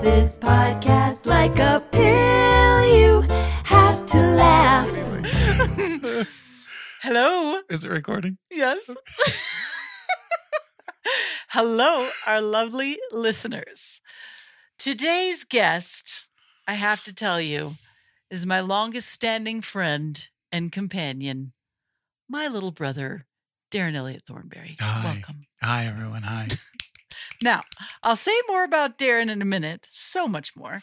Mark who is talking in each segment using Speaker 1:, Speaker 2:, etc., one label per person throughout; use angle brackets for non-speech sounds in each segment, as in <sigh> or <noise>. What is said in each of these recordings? Speaker 1: this podcast like a pill. You have to laugh.
Speaker 2: <laughs> Hello.
Speaker 3: Is it recording?
Speaker 2: Yes. <laughs> Hello, our lovely listeners. Today's guest, I have to tell you, is my longest standing friend and companion, my little brother, Darren Elliott Thornberry.
Speaker 3: Hi.
Speaker 2: Welcome.
Speaker 3: Hi, everyone. Hi.
Speaker 2: Now, I'll say more about Darren in a minute, so much more.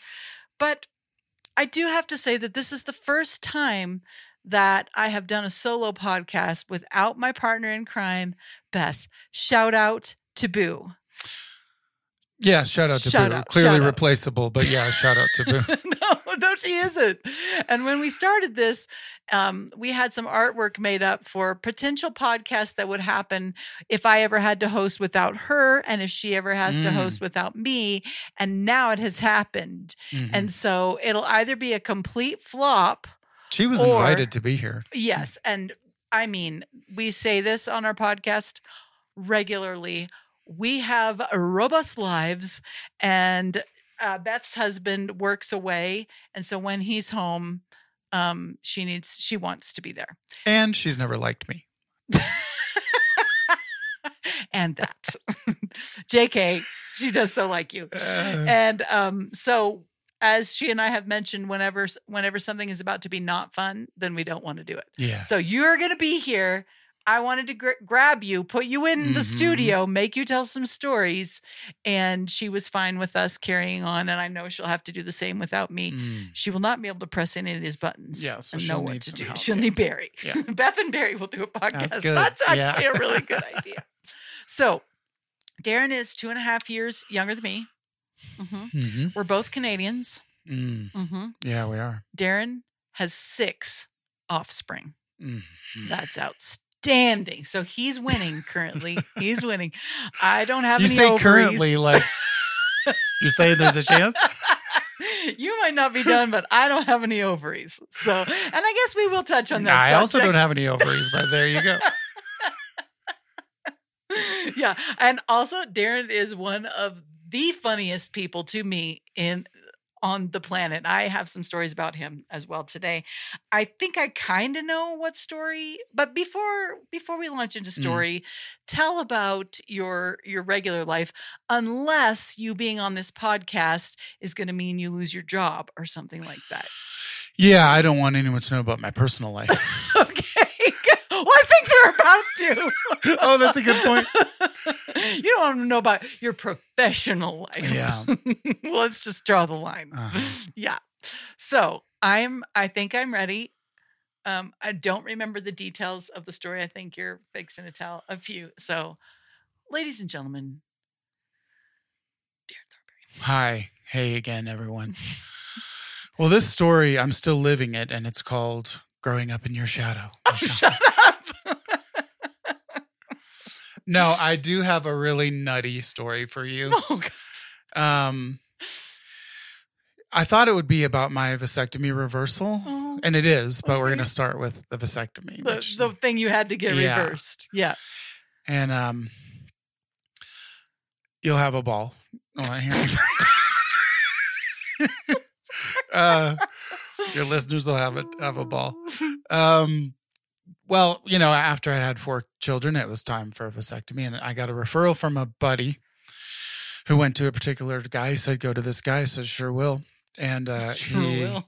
Speaker 2: But I do have to say that this is the first time that I have done a solo podcast without my partner in crime, Beth. Shout out to Boo.
Speaker 3: <laughs>
Speaker 2: <laughs>
Speaker 3: Yeah, shout out to
Speaker 2: Shout
Speaker 3: Boo.
Speaker 2: out,
Speaker 3: Clearly
Speaker 2: shout out.
Speaker 3: replaceable, but yeah, shout out
Speaker 2: <laughs>
Speaker 3: to Boo.
Speaker 2: no, no, she isn't. And when we started this, um, we had some artwork made up for potential podcasts that would happen if I ever had to host without her and if she ever has to
Speaker 3: Mm.
Speaker 2: host without me. And now it has happened.
Speaker 3: Mhm.
Speaker 2: And so it'll either be a complete flop.
Speaker 3: she was
Speaker 2: or-
Speaker 3: invited to be here.
Speaker 2: Yes. And I mean, we say this on our podcast regularly. We have robust lives, and uh, Beth's husband works away. And so when he's home, um, she needs, she wants to be there.
Speaker 3: And she's never liked me.
Speaker 2: And that, <laughs> JK, she does so like you.
Speaker 3: Uh,
Speaker 2: and um, so as she and I have mentioned, whenever whenever something is about to be not fun, then we don't want to do it.
Speaker 3: yes.
Speaker 2: So you're gonna be here. I wanted to gr- grab you, put you in the
Speaker 3: Mhm.
Speaker 2: studio, make you tell some stories, and she was fine with us carrying on. And I know she'll have to do the same without me.
Speaker 3: Mm.
Speaker 2: She will not be able to press any of these buttons.
Speaker 3: Yeah, so
Speaker 2: and
Speaker 3: she'll
Speaker 2: know what
Speaker 3: need
Speaker 2: to
Speaker 3: some
Speaker 2: do.
Speaker 3: help.
Speaker 2: She'll need Barry.
Speaker 3: Yeah.
Speaker 2: <laughs> Beth and Barry will do a podcast. That's,
Speaker 3: good. Yeah.
Speaker 2: actually a really
Speaker 3: <laughs>
Speaker 2: good idea. So, Darren is two and a half years younger than me. Mhm.
Speaker 3: Mhm.
Speaker 2: We're both Canadians.
Speaker 3: Mm.
Speaker 2: hmm
Speaker 3: Yeah, we are.
Speaker 2: Darren has six offspring.
Speaker 3: Mm.
Speaker 2: That's outstanding. So he's winning currently. he's winning. I don't have
Speaker 3: You
Speaker 2: any
Speaker 3: say
Speaker 2: ovaries.
Speaker 3: currently, like, you're saying there's a chance?
Speaker 2: <laughs> you might not be done, but I don't have any ovaries. So, and I guess we will touch <laughs> on that.
Speaker 3: I also
Speaker 2: subject.
Speaker 3: don't have any ovaries, but there you go.
Speaker 2: <laughs> yeah. And also Darren is one of the funniest people to me in on the planet. I have some stories about him as well today. I think I kind of know what story, but before before we launch into
Speaker 3: Mm.
Speaker 2: story, tell about your your regular life unless you being on this podcast is going to mean you lose your job or something like that.
Speaker 3: Yeah, I don't want anyone to know about my personal life.
Speaker 2: <laughs>
Speaker 3: <laughs>
Speaker 2: Okay. well, I think they're about to.
Speaker 3: oh, that's a good <laughs> point.
Speaker 2: <laughs> you don't want to know about your professional life. <laughs>
Speaker 3: Yeah.
Speaker 2: Let's just draw the line.
Speaker 3: Uh-huh.
Speaker 2: Yeah. So I'm. I think I'm ready. Um, I don't remember the details of the story. I think you're fixing to tell a few. So, ladies and
Speaker 3: <laughs>
Speaker 2: gentlemen,
Speaker 3: Hi. Hey again, everyone. <laughs> Well, this story, I'm still living it, and it's called Growing Up in
Speaker 2: <laughs>
Speaker 3: Your Shadow.
Speaker 2: Oh, shut up.
Speaker 3: <laughs>
Speaker 2: <laughs>
Speaker 3: No, I do have a really nutty story for you.
Speaker 2: Oh, God.
Speaker 3: Um, I thought it would be about my vasectomy reversal, <laughs>
Speaker 2: Oh,
Speaker 3: and it is, but we're
Speaker 2: okay.
Speaker 3: going to start with the vasectomy.
Speaker 2: the,
Speaker 3: which-
Speaker 2: the thing you had to get
Speaker 3: Yeah.
Speaker 2: reversed. Yeah.
Speaker 3: and um, you'll have a ball. Oh, I hear you. <laughs> uh, your listeners will have it have a ball. <laughs> Um, well, you know, after I had four children, it was time for a vasectomy, and I got a referral from a buddy who went to a particular guy. He said, "Go to this guy." I said, "Sure will." And
Speaker 2: <laughs>
Speaker 3: uh,
Speaker 2: Sure
Speaker 3: he
Speaker 2: will.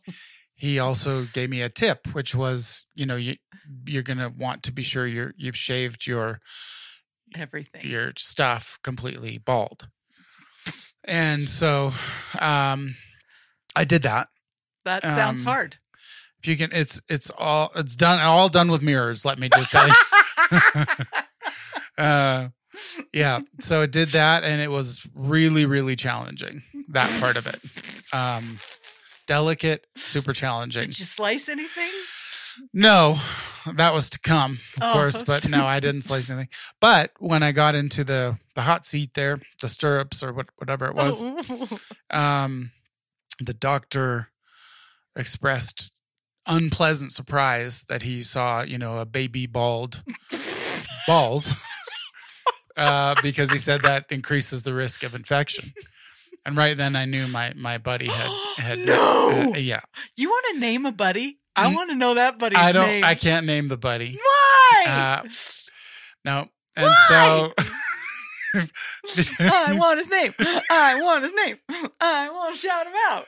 Speaker 3: he also gave me a tip, which was, you know, you you're gonna want to be sure you're you've shaved your
Speaker 2: Everything.
Speaker 3: your stuff completely bald. And so, um, I did that.
Speaker 2: That sounds
Speaker 3: um, <laughs>
Speaker 2: hard. <laughs>
Speaker 3: If you can, it's it's all it's done all done with mirrors. Let me just tell you. uh, yeah. So it did that, and it was really, really challenging. That part of it, um, delicate, super challenging. <laughs>
Speaker 2: Did you slice anything?
Speaker 3: No, that was to come, of
Speaker 2: Oh.
Speaker 3: course. But no, I didn't slice anything. But when I got into the the hot seat there, the stirrups or what, whatever
Speaker 2: Oh,
Speaker 3: it
Speaker 2: <laughs>
Speaker 3: was, um, the doctor expressed unpleasant surprise that he saw, you know, a
Speaker 2: <laughs>
Speaker 3: baby bald <laughs> balls, uh, because he said that increases the risk of infection. And right then I knew my my
Speaker 2: <gasps>
Speaker 3: buddy had had
Speaker 2: No!
Speaker 3: uh, yeah.
Speaker 2: You want to name a buddy? I
Speaker 3: Mm.
Speaker 2: want to know that buddy's
Speaker 3: I don't
Speaker 2: name.
Speaker 3: I can't name the buddy.
Speaker 2: Why?
Speaker 3: Uh, No. And so
Speaker 2: <laughs>
Speaker 3: <laughs>
Speaker 2: I want his name. I want his name. <laughs> I want to shout him
Speaker 3: <laughs>
Speaker 2: out.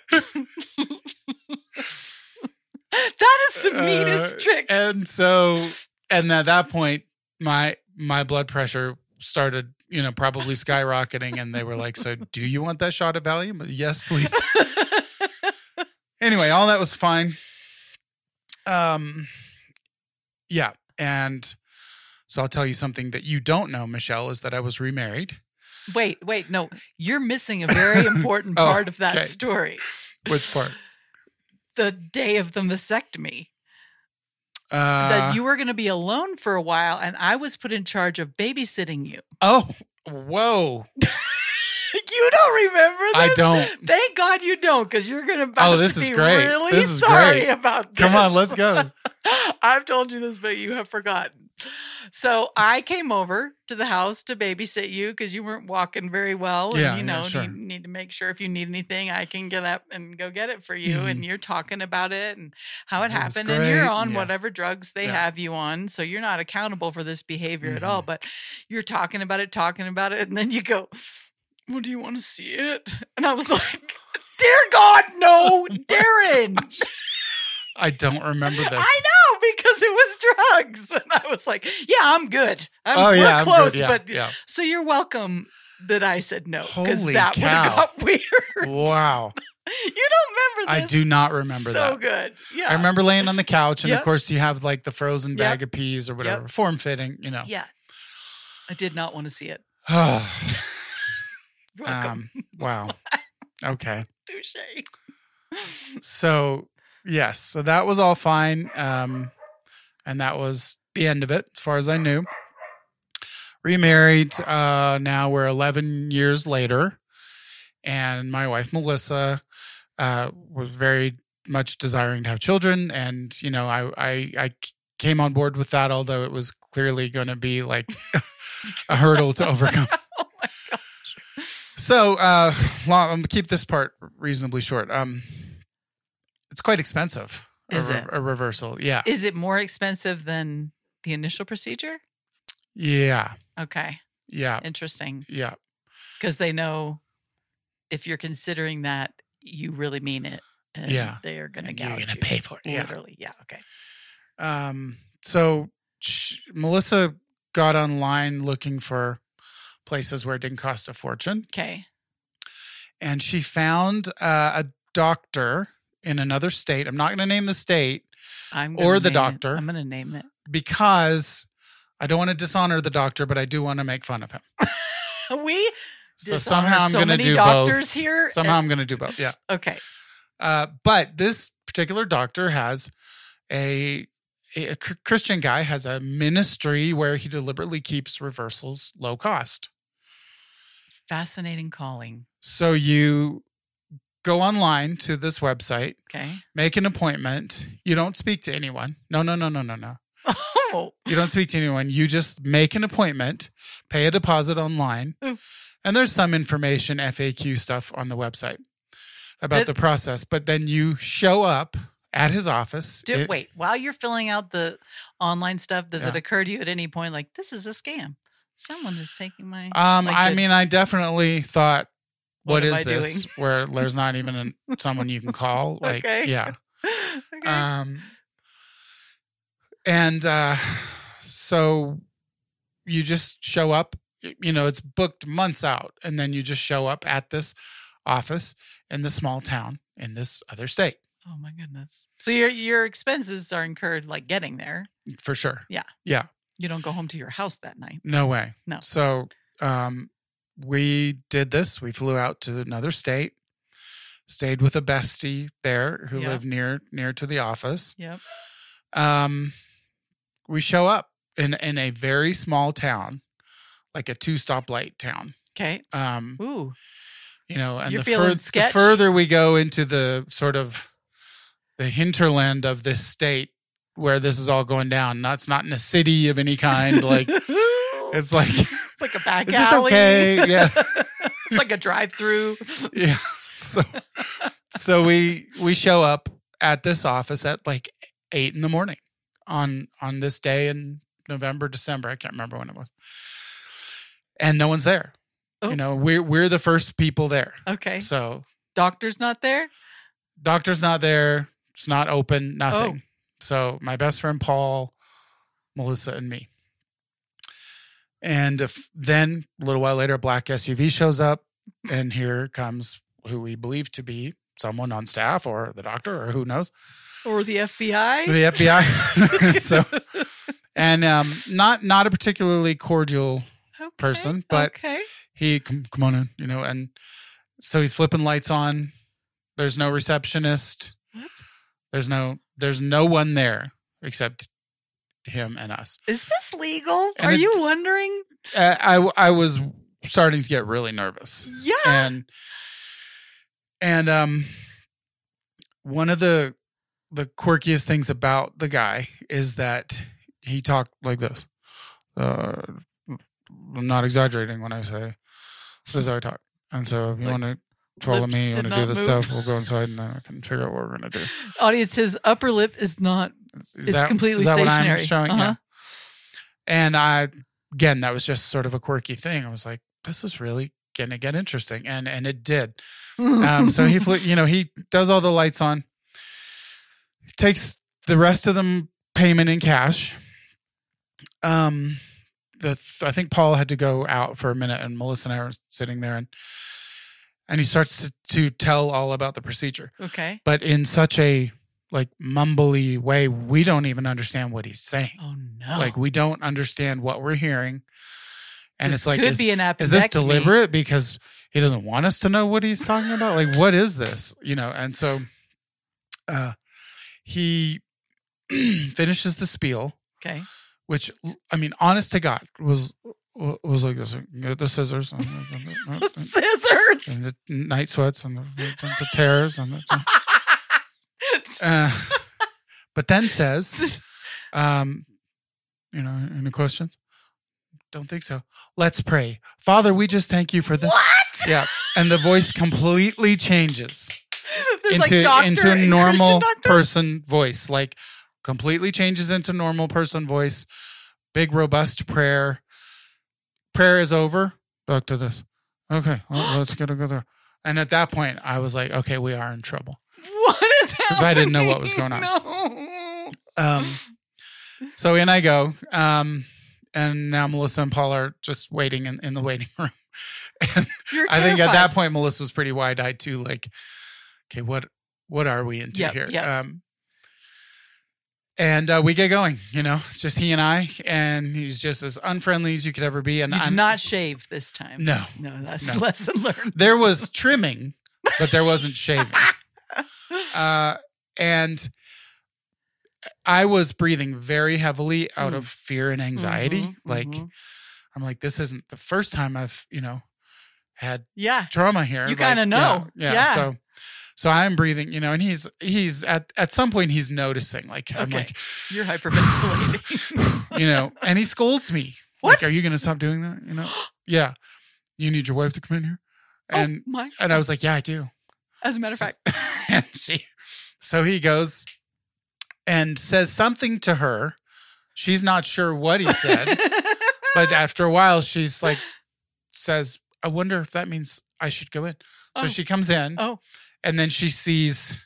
Speaker 2: that is the meanest
Speaker 3: Uh,
Speaker 2: trick.
Speaker 3: and so and at that point my my blood pressure started you know probably skyrocketing and they were like so do you want that shot of valium yes
Speaker 2: <laughs>
Speaker 3: please anyway all that was fine um yeah and so i'll tell you something that you don't know michelle is that i was remarried
Speaker 2: wait, wait, no. You're missing a
Speaker 3: <laughs>
Speaker 2: very important
Speaker 3: Oh,
Speaker 2: part of that
Speaker 3: okay.
Speaker 2: story.
Speaker 3: which part
Speaker 2: The day of the vasectomy.
Speaker 3: uh
Speaker 2: <laughs> that you were going to be alone for a while and I was put in charge of babysitting you. <laughs>
Speaker 3: oh whoa
Speaker 2: you don't remember this?
Speaker 3: i
Speaker 2: <laughs>
Speaker 3: don't
Speaker 2: Thank God you don't, because you're going to about
Speaker 3: Oh, this
Speaker 2: to
Speaker 3: is
Speaker 2: be
Speaker 3: great.
Speaker 2: really
Speaker 3: This is
Speaker 2: sorry
Speaker 3: great.
Speaker 2: about this.
Speaker 3: come on let's go
Speaker 2: I've told you this, but you have forgotten. So I came over to the house to babysit you because you weren't walking very well.
Speaker 3: Yeah,
Speaker 2: and you
Speaker 3: yeah,
Speaker 2: know,
Speaker 3: sure.
Speaker 2: you need to make sure if you need anything, I can get up and go get it for you. And you're talking about it and how it
Speaker 3: It Mm-hmm. was
Speaker 2: happened. And you're
Speaker 3: great,
Speaker 2: on
Speaker 3: yeah.
Speaker 2: whatever drugs they
Speaker 3: Yeah.
Speaker 2: have you on. So you're not accountable for this behavior at
Speaker 3: Mhm.
Speaker 2: all. But you're talking about it, talking about it, and then you go, Well, do you want to see it? And I was like, Dear God, no, Darren.
Speaker 3: i don't remember this
Speaker 2: I know because it was drugs, <laughs> and I was like, "Yeah, I'm good. I'm,
Speaker 3: oh
Speaker 2: we're
Speaker 3: yeah I'm good.
Speaker 2: close."
Speaker 3: Yeah,
Speaker 2: but <laughs>
Speaker 3: yeah
Speaker 2: so you're welcome that I said no because
Speaker 3: Holy
Speaker 2: that would have <laughs>
Speaker 3: cow.
Speaker 2: got weird.
Speaker 3: wow
Speaker 2: you don't remember
Speaker 3: I
Speaker 2: this?
Speaker 3: do not remember
Speaker 2: so
Speaker 3: that.
Speaker 2: good. Yeah,
Speaker 3: I remember laying on the couch, and
Speaker 2: Yep.
Speaker 3: of course, you have like the frozen
Speaker 2: Yep.
Speaker 3: bag of peas or whatever, form fitting, you know.
Speaker 2: Yeah, I did not want to see it. You're welcome,
Speaker 3: <sighs> um, wow. Okay.
Speaker 2: <laughs>
Speaker 3: <laughs>
Speaker 2: touche.
Speaker 3: So, yes. So that was all fine. Um, and that was the end of it, as far as I knew. Remarried. Uh, now we're 11 years later. And my wife, Melissa, uh, was very much desiring to have children. And, you know, I, I, I came on board with that, although it was clearly going to be like <laughs> a hurdle to overcome.
Speaker 2: Oh my god.
Speaker 3: So, uh, long, I'm gonna keep this part reasonably short. Um, it's quite expensive.
Speaker 2: Is
Speaker 3: a, re-
Speaker 2: it?
Speaker 3: a reversal? Yeah,
Speaker 2: Is it more expensive than the initial procedure?
Speaker 3: yeah,
Speaker 2: Okay,
Speaker 3: yeah,
Speaker 2: interesting.
Speaker 3: yeah.
Speaker 2: because they know if you're considering that, you really mean it. And
Speaker 3: Yeah.
Speaker 2: they are going to
Speaker 3: And you're
Speaker 2: gouge
Speaker 3: gonna
Speaker 2: you,
Speaker 3: pay for it, yeah.
Speaker 2: Literally, yeah. Okay.
Speaker 3: Um, so sh Melissa got online looking for places where it didn't cost a fortune,
Speaker 2: Okay.
Speaker 3: and she found uh, a doctor in another state. I'm not gonna name the state
Speaker 2: I'm gonna
Speaker 3: Or the
Speaker 2: name it.
Speaker 3: doctor.
Speaker 2: I'm going to name it.
Speaker 3: because I don't want to dishonor the doctor, but I do want to make fun of him.
Speaker 2: We
Speaker 3: So
Speaker 2: dishonor
Speaker 3: somehow I'm
Speaker 2: so
Speaker 3: gonna
Speaker 2: many
Speaker 3: do
Speaker 2: doctors
Speaker 3: both.
Speaker 2: here.
Speaker 3: Somehow I'm gonna do both. Yeah.
Speaker 2: and- okay.
Speaker 3: Uh, but this particular doctor has a, a Chr- Christian guy has a ministry where he deliberately keeps reversals low cost.
Speaker 2: Fascinating calling.
Speaker 3: So you go online to this website,
Speaker 2: Okay.
Speaker 3: make an appointment. You don't speak to anyone. No, no, no, no, no, no.
Speaker 2: Oh,
Speaker 3: You don't speak to anyone. You just make an appointment, pay a deposit online,
Speaker 2: Oh.
Speaker 3: and there's some information, FAQ stuff on the website about
Speaker 2: Did-
Speaker 3: the process. But then you show up at his office.
Speaker 2: do,
Speaker 3: It-
Speaker 2: wait. While you're filling out the online stuff, does it
Speaker 3: Yeah.
Speaker 2: occur to you at any point like this is a scam? Someone is taking my.
Speaker 3: Um,
Speaker 2: Like
Speaker 3: I
Speaker 2: the-
Speaker 3: mean, I definitely thought,
Speaker 2: What
Speaker 3: what
Speaker 2: am
Speaker 3: is
Speaker 2: I
Speaker 3: this? Where there's
Speaker 2: <laughs>
Speaker 3: not even an, someone you can call. Like,
Speaker 2: Okay.
Speaker 3: yeah.
Speaker 2: <laughs> okay.
Speaker 3: Um, and uh, so you just show up. You know, it's booked months out, and then you just show up at this office in the small town in this other state
Speaker 2: oh my goodness. So your your expenses are incurred like getting there.
Speaker 3: for sure.
Speaker 2: You don't go home to your house that night.
Speaker 3: No way.
Speaker 2: No.
Speaker 3: So um, we did this. We flew out to another state, stayed with a bestie there who
Speaker 2: Yeah.
Speaker 3: lived near near to the office.
Speaker 2: Yep.
Speaker 3: Um, we show up in in a very small town, like a two stoplight town.
Speaker 2: Okay.
Speaker 3: Um,
Speaker 2: Ooh.
Speaker 3: you know, and
Speaker 2: You're
Speaker 3: the,
Speaker 2: feeling
Speaker 3: fur- the
Speaker 2: sketch?
Speaker 3: further we go into the sort of the hinterland of this state where this is all going down, that's not in a city
Speaker 2: <laughs>
Speaker 3: of any kind. Like
Speaker 2: it's
Speaker 3: it's like
Speaker 2: like a back
Speaker 3: is this
Speaker 2: alley.
Speaker 3: okay? Yeah.
Speaker 2: <laughs> It's like a drive-through.
Speaker 3: yeah. <laughs> So so we we show up at this office at like eight in the morning on on this day in November, December. I can't remember when it was. And no one's there.
Speaker 2: Oh.
Speaker 3: You know, we're we're the first people there.
Speaker 2: Okay.
Speaker 3: So
Speaker 2: Doctor's not there.
Speaker 3: doctor's not there. It's not open. Nothing. So my best friend Paul, Melissa, and me. And if, then a little while later, a black SUV shows up, and here comes who we believe to be someone on staff or the doctor or who knows
Speaker 2: Or the FBI.
Speaker 3: the FBI. <laughs> so and um, not not a particularly cordial
Speaker 2: <laughs> Okay,
Speaker 3: person, but-
Speaker 2: okay.
Speaker 3: he come, come on in, you know, and so he's flipping lights on. There's no receptionist.
Speaker 2: What?
Speaker 3: There's no there's no one there except him and us.
Speaker 2: Is this legal?
Speaker 3: And
Speaker 2: Are
Speaker 3: it-
Speaker 2: you wondering?
Speaker 3: Uh, I I was starting to get really nervous.
Speaker 2: Yeah.
Speaker 3: And and um one of the the quirkiest things about the guy is that he talked like this. Uh, I'm not exaggerating when I say this is how I talk. And so if you
Speaker 2: Like,
Speaker 3: want to follow
Speaker 2: lips
Speaker 3: me, you
Speaker 2: did
Speaker 3: want to
Speaker 2: not
Speaker 3: do this
Speaker 2: move.
Speaker 3: stuff, we'll go inside and then I can figure out what we're gonna do.
Speaker 2: Audience, his upper lip is not.
Speaker 3: Is,
Speaker 2: It's completely stationary.
Speaker 3: showing?
Speaker 2: Uh-huh.
Speaker 3: Yeah. And I again, that was just sort of a quirky thing. I was like, this is really gonna get interesting, and and it did. Um,
Speaker 2: <laughs>
Speaker 3: so he, flew, you know, he does all the lights on, takes the rest of them payment in cash. Um, the I think Paul had to go out for a minute, and Melissa and I were sitting there, and and he starts to, to tell all about the procedure,
Speaker 2: okay.
Speaker 3: but in such a like mumbly way, we don't even understand what he's saying.
Speaker 2: Oh no.
Speaker 3: Like we don't understand what we're hearing, and
Speaker 2: This
Speaker 3: it's like
Speaker 2: could
Speaker 3: is-
Speaker 2: be an appendectomy.
Speaker 3: is this deliberate because he doesn't want us to know what he's talking about like what is this you know and so uh he <clears throat> finishes the spiel
Speaker 2: Okay.
Speaker 3: which i mean honest to god was was like this get the scissors and
Speaker 2: <laughs>
Speaker 3: the,
Speaker 2: Scissors.
Speaker 3: and the night sweats and the, the tears and the,
Speaker 2: <laughs>
Speaker 3: uh, but then says, um, you know, any questions? Don't think so. Let's pray. Father, we just thank you for this.
Speaker 2: what?
Speaker 3: Yeah. And the voice completely changes
Speaker 2: <laughs> There's
Speaker 3: into,
Speaker 2: like doctor
Speaker 3: into
Speaker 2: and
Speaker 3: a
Speaker 2: Christian
Speaker 3: normal
Speaker 2: doctor?
Speaker 3: person voice, like completely changes into normal person voice. Big, robust prayer. Prayer is over. Back to this. Okay. well, let's get a good. And at that point, I was like, okay, we are in trouble.
Speaker 2: What is happening?
Speaker 3: 'Cause I didn't know what was going on.
Speaker 2: No.
Speaker 3: Um, so in I go. Um, and now Melissa and Paul are just waiting in, in the waiting <laughs> room.
Speaker 2: You're
Speaker 3: I
Speaker 2: terrified.
Speaker 3: think at that point Melissa was pretty wide eyed too, like, okay, what what are we into
Speaker 2: Yep,
Speaker 3: here?
Speaker 2: yep.
Speaker 3: Um and uh, we get going, you know. It's just he and I, and he's just as unfriendly as you could ever be. And
Speaker 2: you did
Speaker 3: I'm
Speaker 2: not shave this time.
Speaker 3: No.
Speaker 2: No, that's
Speaker 3: No.
Speaker 2: lesson learned.
Speaker 3: There was trimming, but there
Speaker 2: <laughs>
Speaker 3: wasn't shaving. Uh, and I was breathing very heavily out
Speaker 2: Mm.
Speaker 3: of fear and anxiety.
Speaker 2: Mhm,
Speaker 3: like
Speaker 2: mhm.
Speaker 3: I'm like, this isn't the first time I've, you know, had
Speaker 2: yeah.
Speaker 3: trauma here.
Speaker 2: You
Speaker 3: Like,
Speaker 2: kinda
Speaker 3: yeah,
Speaker 2: know.
Speaker 3: Yeah,
Speaker 2: Yeah.
Speaker 3: So so I'm breathing, you know, and he's he's at at some point he's noticing. Like I'm
Speaker 2: Okay.
Speaker 3: like,
Speaker 2: You're hyperventilating. <laughs>
Speaker 3: you know, and he scolds me.
Speaker 2: What?
Speaker 3: Like, are you gonna stop doing that? You
Speaker 2: <gasps>
Speaker 3: know? yeah. You need your wife to come in here? <laughs> And
Speaker 2: oh my.
Speaker 3: and I was like, Yeah, I do.
Speaker 2: As a matter of fact,
Speaker 3: <laughs> and she so he goes and says something to her. She's not sure what he said.
Speaker 2: <laughs>
Speaker 3: but after a while she's like says i wonder if that means i should go in
Speaker 2: Oh.
Speaker 3: so she comes in
Speaker 2: Oh.
Speaker 3: and then she sees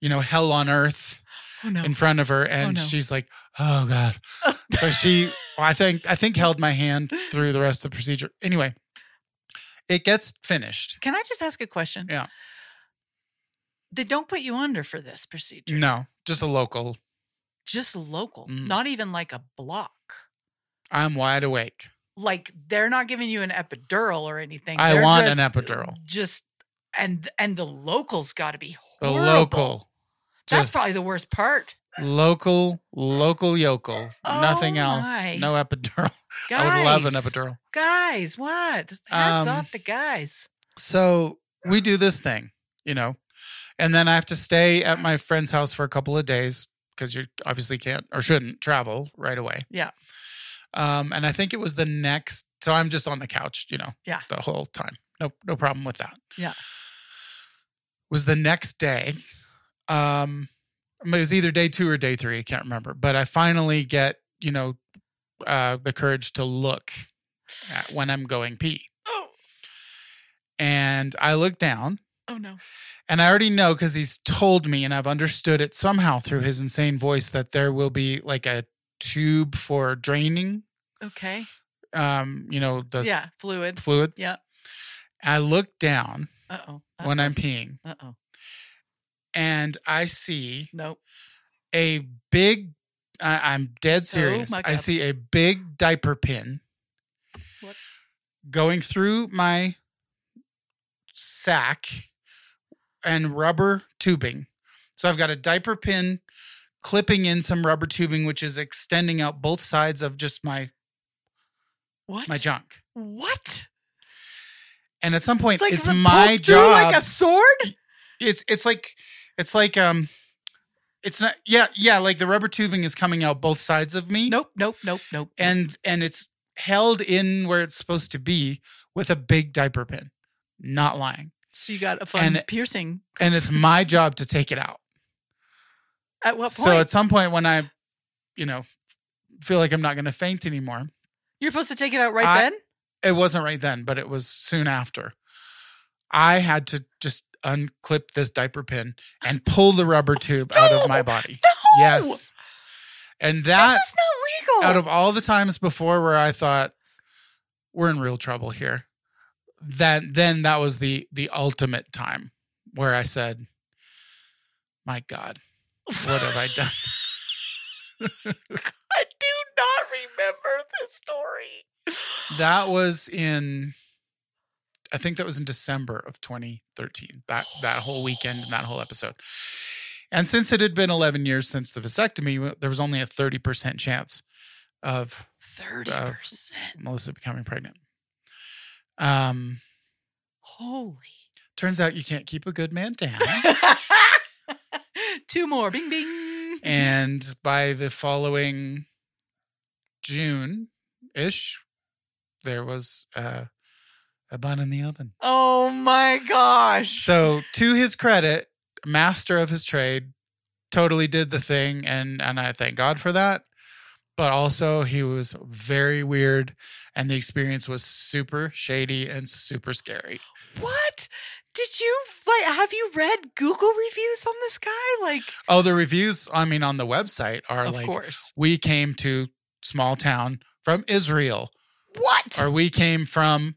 Speaker 3: you know hell on earth
Speaker 2: oh no.
Speaker 3: in front of her and
Speaker 2: no.
Speaker 3: she's like oh god so she
Speaker 2: <laughs>
Speaker 3: i think i think held my hand through the rest of the procedure anyway it gets finished
Speaker 2: Can I just ask a question?
Speaker 3: Yeah.
Speaker 2: They don't put you under for this procedure.
Speaker 3: no just a local
Speaker 2: Just local,
Speaker 3: Mm.
Speaker 2: not even like a block.
Speaker 3: i'm wide awake
Speaker 2: Like they're not giving you an epidural or anything.
Speaker 3: i
Speaker 2: They're
Speaker 3: want
Speaker 2: just,
Speaker 3: an epidural
Speaker 2: Just and and the local's got to be
Speaker 3: the
Speaker 2: horrible.
Speaker 3: local
Speaker 2: That's
Speaker 3: just
Speaker 2: probably the worst part.
Speaker 3: local local yokel nothing
Speaker 2: Oh
Speaker 3: else
Speaker 2: my.
Speaker 3: no epidural <laughs>
Speaker 2: Guys,
Speaker 3: i would love an epidural
Speaker 2: Guys, what? Hats
Speaker 3: Um,
Speaker 2: off to guys.
Speaker 3: so we do this thing, you know, and then I have to stay at my friend's house for a couple of days because you obviously can't or shouldn't travel right away.
Speaker 2: Yeah.
Speaker 3: Um, and I think it was the next, so I'm just on the couch, you know,
Speaker 2: Yeah.
Speaker 3: the whole time. no no problem with that.
Speaker 2: Yeah.
Speaker 3: Was the next day. Um it was either day 2 or day 3, I can't remember, but I finally get, you know, uh the courage to look at when I'm going pee.
Speaker 2: Oh,
Speaker 3: And I look down
Speaker 2: oh no.
Speaker 3: and I already know cuz he's told me and I've understood it somehow through his insane voice that there will be like a tube for draining
Speaker 2: Okay.
Speaker 3: um you know the
Speaker 2: yeah. Fluid.
Speaker 3: fluid.
Speaker 2: Yeah.
Speaker 3: I look down
Speaker 2: Uh oh.
Speaker 3: when I'm peeing
Speaker 2: Uh oh.
Speaker 3: and I see
Speaker 2: Nope.
Speaker 3: a big I, I'm dead serious.
Speaker 2: Oh my
Speaker 3: I
Speaker 2: God.
Speaker 3: see a big diaper pin
Speaker 2: What?
Speaker 3: going through my sack and rubber tubing. So I've got a diaper pin clipping in some rubber tubing, which is extending out both sides of just my
Speaker 2: What?
Speaker 3: my junk.
Speaker 2: What?
Speaker 3: And at some point,
Speaker 2: It's
Speaker 3: it's,
Speaker 2: like the
Speaker 3: my
Speaker 2: poke through
Speaker 3: job.
Speaker 2: like a sword.
Speaker 3: it's it's like it's like um, it's not yeah yeah like the rubber tubing is coming out both sides of me.
Speaker 2: Nope. Nope. Nope. Nope.
Speaker 3: and and it's held in where it's supposed to be with a big diaper pin not lying
Speaker 2: so you got a fun
Speaker 3: and-
Speaker 2: piercing.
Speaker 3: and
Speaker 2: <laughs>
Speaker 3: it's my job to take it out
Speaker 2: At what
Speaker 3: so
Speaker 2: point?
Speaker 3: at some point when i you know feel like i'm not going to faint anymore
Speaker 2: You're supposed to take it out right
Speaker 3: I-
Speaker 2: then.
Speaker 3: it wasn't right then but it was soon after i had to just unclip this diaper pin and pull the rubber tube out of my
Speaker 2: No!
Speaker 3: body
Speaker 2: No.
Speaker 3: <laughs> yes and that
Speaker 2: this is not legal.
Speaker 3: out of all the times before where I thought we're in real trouble here, then then that was the the ultimate time where I said, "My God,
Speaker 2: <laughs>
Speaker 3: what have I done?"
Speaker 2: I do not remember this story.
Speaker 3: That was in, I think that was in December of 2013. That that whole weekend and that whole episode. And since it had been 11 years since the vasectomy, there was only a 30% chance of
Speaker 2: Thirty percent.
Speaker 3: Melissa becoming pregnant. Um, <laughs>
Speaker 2: Holy.
Speaker 3: turns out you can't keep a good man down.
Speaker 2: Two more. Bing bing.
Speaker 3: and by the following June ish, there was uh, a bun in the oven.
Speaker 2: oh my gosh.
Speaker 3: So, to his credit, master of his trade, totally did the thing, and and I thank God for that. But also, he was very weird, and the experience was super shady and super scary.
Speaker 2: What? Did you like have you read Google reviews on this guy? Like
Speaker 3: Oh, the reviews, I mean, on the website are
Speaker 2: Of
Speaker 3: like,
Speaker 2: course.
Speaker 3: we came to small town from Israel,
Speaker 2: What?
Speaker 3: or we came from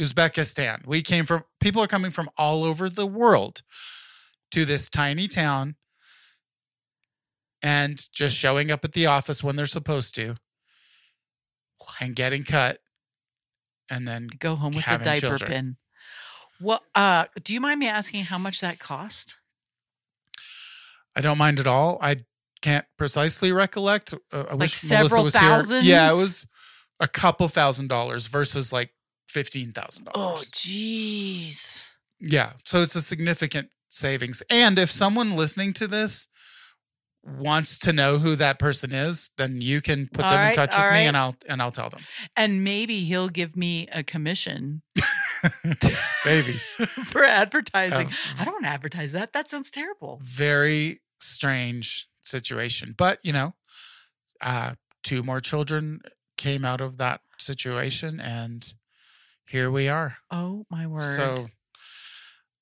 Speaker 3: Uzbekistan. We came from, people are coming from all over the world to this tiny town and just showing up at the office when they're supposed to and getting cut. And then
Speaker 2: Go home with the
Speaker 3: having
Speaker 2: diaper
Speaker 3: children.
Speaker 2: pin. What uh do you mind me asking how much that cost?
Speaker 3: I don't mind at all. I can't precisely recollect. Uh, I wish Melissa
Speaker 2: several
Speaker 3: was
Speaker 2: thousands?
Speaker 3: here. Yeah, it was a couple thousand dollars versus like fifteen thousand
Speaker 2: Oh
Speaker 3: dollars.
Speaker 2: jeez.
Speaker 3: Yeah, so it's a significant savings. And if someone listening to this wants to know who that person is, then you can put
Speaker 2: All
Speaker 3: them in
Speaker 2: right,
Speaker 3: touch with
Speaker 2: all
Speaker 3: me,
Speaker 2: right.
Speaker 3: and I'll and I'll tell them.
Speaker 2: And maybe he'll give me a commission <laughs>
Speaker 3: <laughs> Baby,
Speaker 2: for advertising.
Speaker 3: Um,
Speaker 2: I don't want to advertise that. That sounds terrible.
Speaker 3: very strange situation, but you know, uh, two more children came out of that situation, and here we are.
Speaker 2: Oh my word.
Speaker 3: So
Speaker 2: okay.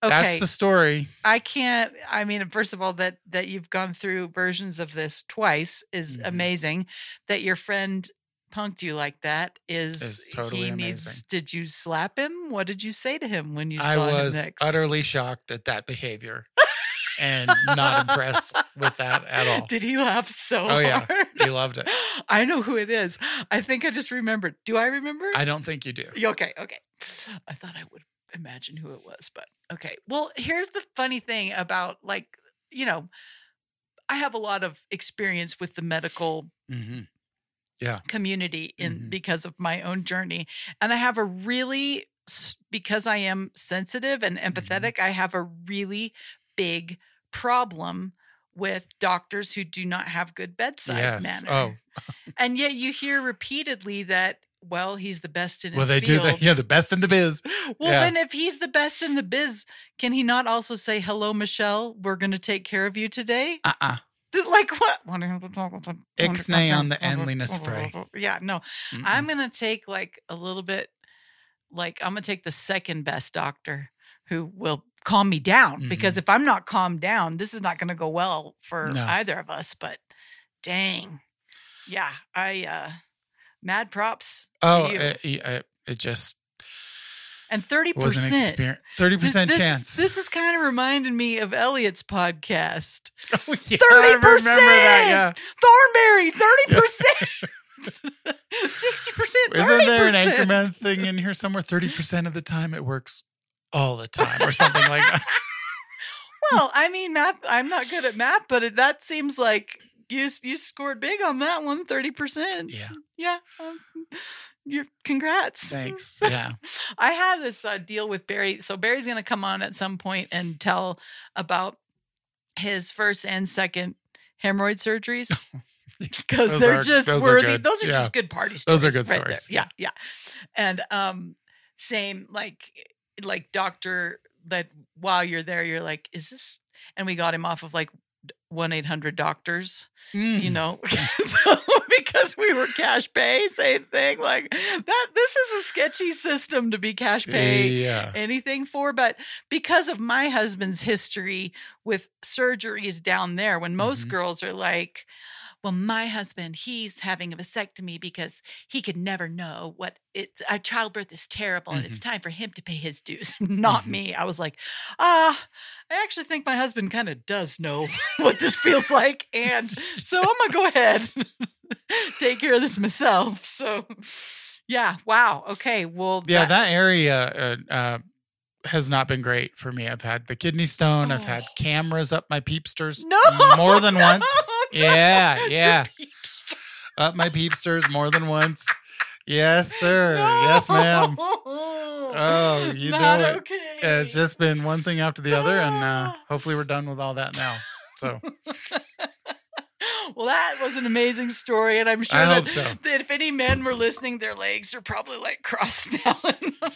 Speaker 3: that's the story.
Speaker 2: I can't. I mean, first of all, that that you've gone through versions of this twice is
Speaker 3: Mhm.
Speaker 2: amazing. That your friend punked you like that is,
Speaker 3: Is totally
Speaker 2: he
Speaker 3: amazing.
Speaker 2: needs. Did you slap him? What did you say to him when you saw
Speaker 3: I was
Speaker 2: him next?
Speaker 3: utterly shocked at that behavior and
Speaker 2: <laughs>
Speaker 3: not impressed with that at all.
Speaker 2: Did he laugh so
Speaker 3: Oh, yeah.
Speaker 2: hard? <laughs>
Speaker 3: You loved it.
Speaker 2: I know who it is. I think I just remembered. Do I remember?
Speaker 3: I don't think you do.
Speaker 2: Y- Okay, okay. I thought I would imagine who it was, but okay. Well, here's the funny thing about like, you know, I have a lot of experience with the medical
Speaker 3: Mm-hmm.
Speaker 2: community in
Speaker 3: Mhm.
Speaker 2: because of my own journey, and I have a really s- because I am sensitive and
Speaker 3: Mm-hmm.
Speaker 2: empathetic, I have a really big problem with doctors who do not have good bedside
Speaker 3: Yes.
Speaker 2: manner.
Speaker 3: Oh, <laughs>
Speaker 2: And yet you hear repeatedly that well, he's the best in his
Speaker 3: well, they do
Speaker 2: field.
Speaker 3: that. Yeah, the best in the biz.
Speaker 2: Well,
Speaker 3: Yeah.
Speaker 2: then if he's the best in the biz, can he not also say, hello, Michelle, we're going to take care of you today? <laughs>
Speaker 3: Uh uh
Speaker 2: Like what?
Speaker 3: Ixnay on the endliness fray.
Speaker 2: Yeah, no. I'm going to take like a little bit, like I'm going to take the second best doctor who will calm me down because if I'm not calmed down, this is not going to go well for
Speaker 3: Mm-hmm. No.
Speaker 2: either of us. But dang. Yeah, I, uh, mad props
Speaker 3: Oh,
Speaker 2: to you.
Speaker 3: it, it, it just
Speaker 2: and 30%.
Speaker 3: was an experience. Thirty
Speaker 2: This-
Speaker 3: percent
Speaker 2: this-
Speaker 3: chance.
Speaker 2: This is kind of reminding me of Elliot's podcast.
Speaker 3: <laughs> Oh, yeah, I
Speaker 2: Thirty
Speaker 3: remember that,
Speaker 2: percent Thornberry, thirty percent, <laughs>
Speaker 3: <laughs>
Speaker 2: sixty percent,
Speaker 3: yeah. Isn't there an
Speaker 2: thirty percent.
Speaker 3: Anchorman thing in here somewhere? Thirty percent of the time it works, all the time, or something like that.
Speaker 2: Well, I mean, math. I'm not good at math, but it, that seems like you you scored big on that one. Thirty percent.
Speaker 3: Yeah.
Speaker 2: Yeah. Um, you're congrats. <laughs>
Speaker 3: Thanks. Yeah.
Speaker 2: I had this uh, deal with Barry. So Barry's going to come on at some point and tell about his first and second hemorrhoid
Speaker 3: <laughs>
Speaker 2: surgeries because
Speaker 3: Those
Speaker 2: they're
Speaker 3: are-
Speaker 2: just
Speaker 3: those are
Speaker 2: worthy.
Speaker 3: good.
Speaker 2: Those are
Speaker 3: Yeah.
Speaker 2: just good party stories.
Speaker 3: Those are good
Speaker 2: right there.
Speaker 3: stories.
Speaker 2: Yeah, yeah. And um, same like like doctor that while you're there, you're like, is this? And we got him off of like one eight hundred doctors
Speaker 3: Mm.
Speaker 2: you know <laughs> so, because we were cash pay same thing like that this is a sketchy system to be cash
Speaker 3: Mm.
Speaker 2: pay
Speaker 3: Yeah.
Speaker 2: anything for but because of my husband's history with surgeries down there when most
Speaker 3: Mhm.
Speaker 2: girls are like well my husband he's having a vasectomy because he could never know what it's uh, childbirth is terrible and
Speaker 3: Mm-hmm.
Speaker 2: it's time for him to pay his dues <laughs> not
Speaker 3: Mhm.
Speaker 2: me i was like ah i actually think my husband kind of does know <laughs> what this feels like and so i'm gonna go ahead <laughs> take care of this myself so yeah wow okay well
Speaker 3: Yeah.
Speaker 2: <laughs>
Speaker 3: That area uh, uh, has not been great for me. I've had the kidney stone. I've had
Speaker 2: Oh.
Speaker 3: cameras up my peepsters
Speaker 2: No,
Speaker 3: more
Speaker 2: <laughs>
Speaker 3: than
Speaker 2: no,
Speaker 3: once.
Speaker 2: no.
Speaker 3: Yeah. Yeah.
Speaker 2: Peeps.
Speaker 3: Up my peepsters more than once. Yes, sir. Yes, ma'am.
Speaker 2: <laughs> Oh,
Speaker 3: you
Speaker 2: Not
Speaker 3: know it.
Speaker 2: Okay.
Speaker 3: Yeah, It's just been one thing after the other, and uh,
Speaker 2: Ah.
Speaker 3: hopefully we're done with all that now. So
Speaker 2: well, that was an amazing story, and I'm sure
Speaker 3: I
Speaker 2: that,
Speaker 3: hope so.
Speaker 2: that if any men were listening, their legs are probably like crossed <laughs> now. All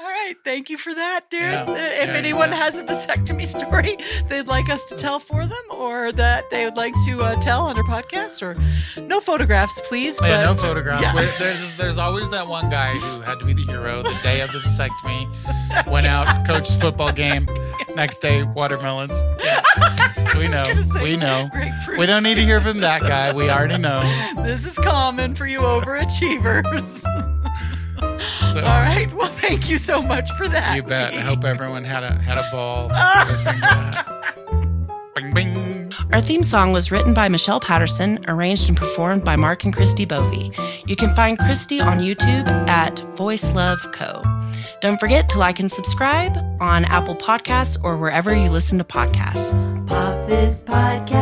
Speaker 2: right, thank you for that, Darren.
Speaker 3: Yeah.
Speaker 2: Uh, If
Speaker 3: Yeah,
Speaker 2: anyone
Speaker 3: yeah.
Speaker 2: has a vasectomy story they'd like us to tell for them, or that they would like to uh, tell on our podcast, or no photographs, please.
Speaker 3: Oh,
Speaker 2: <laughs>
Speaker 3: yeah, no
Speaker 2: but
Speaker 3: photographs.
Speaker 2: Yeah.
Speaker 3: We're- There's there's always that one guy who had to be the hero the day of the
Speaker 2: <laughs>
Speaker 3: vasectomy, went out, coached football game, next day
Speaker 2: <laughs>
Speaker 3: watermelons. Yeah. We know,
Speaker 2: gonna say
Speaker 3: we know.
Speaker 2: grapefruit.
Speaker 3: We don't need to hear from that guy. We already know.
Speaker 2: This is common for you overachievers.
Speaker 3: So
Speaker 2: All right. Well, thank you so much for that.
Speaker 3: you bet. I
Speaker 2: Dee.
Speaker 3: hope everyone had a had a ball listening to that. uh, Bing bing.
Speaker 4: Our theme song was written by Michelle Patterson, arranged and performed by Mark and Christy Bovey. You can find Christy on YouTube at Voice Love Co. Don't forget to like and subscribe on Apple Podcasts or wherever you listen to podcasts.
Speaker 1: Pop this podcast.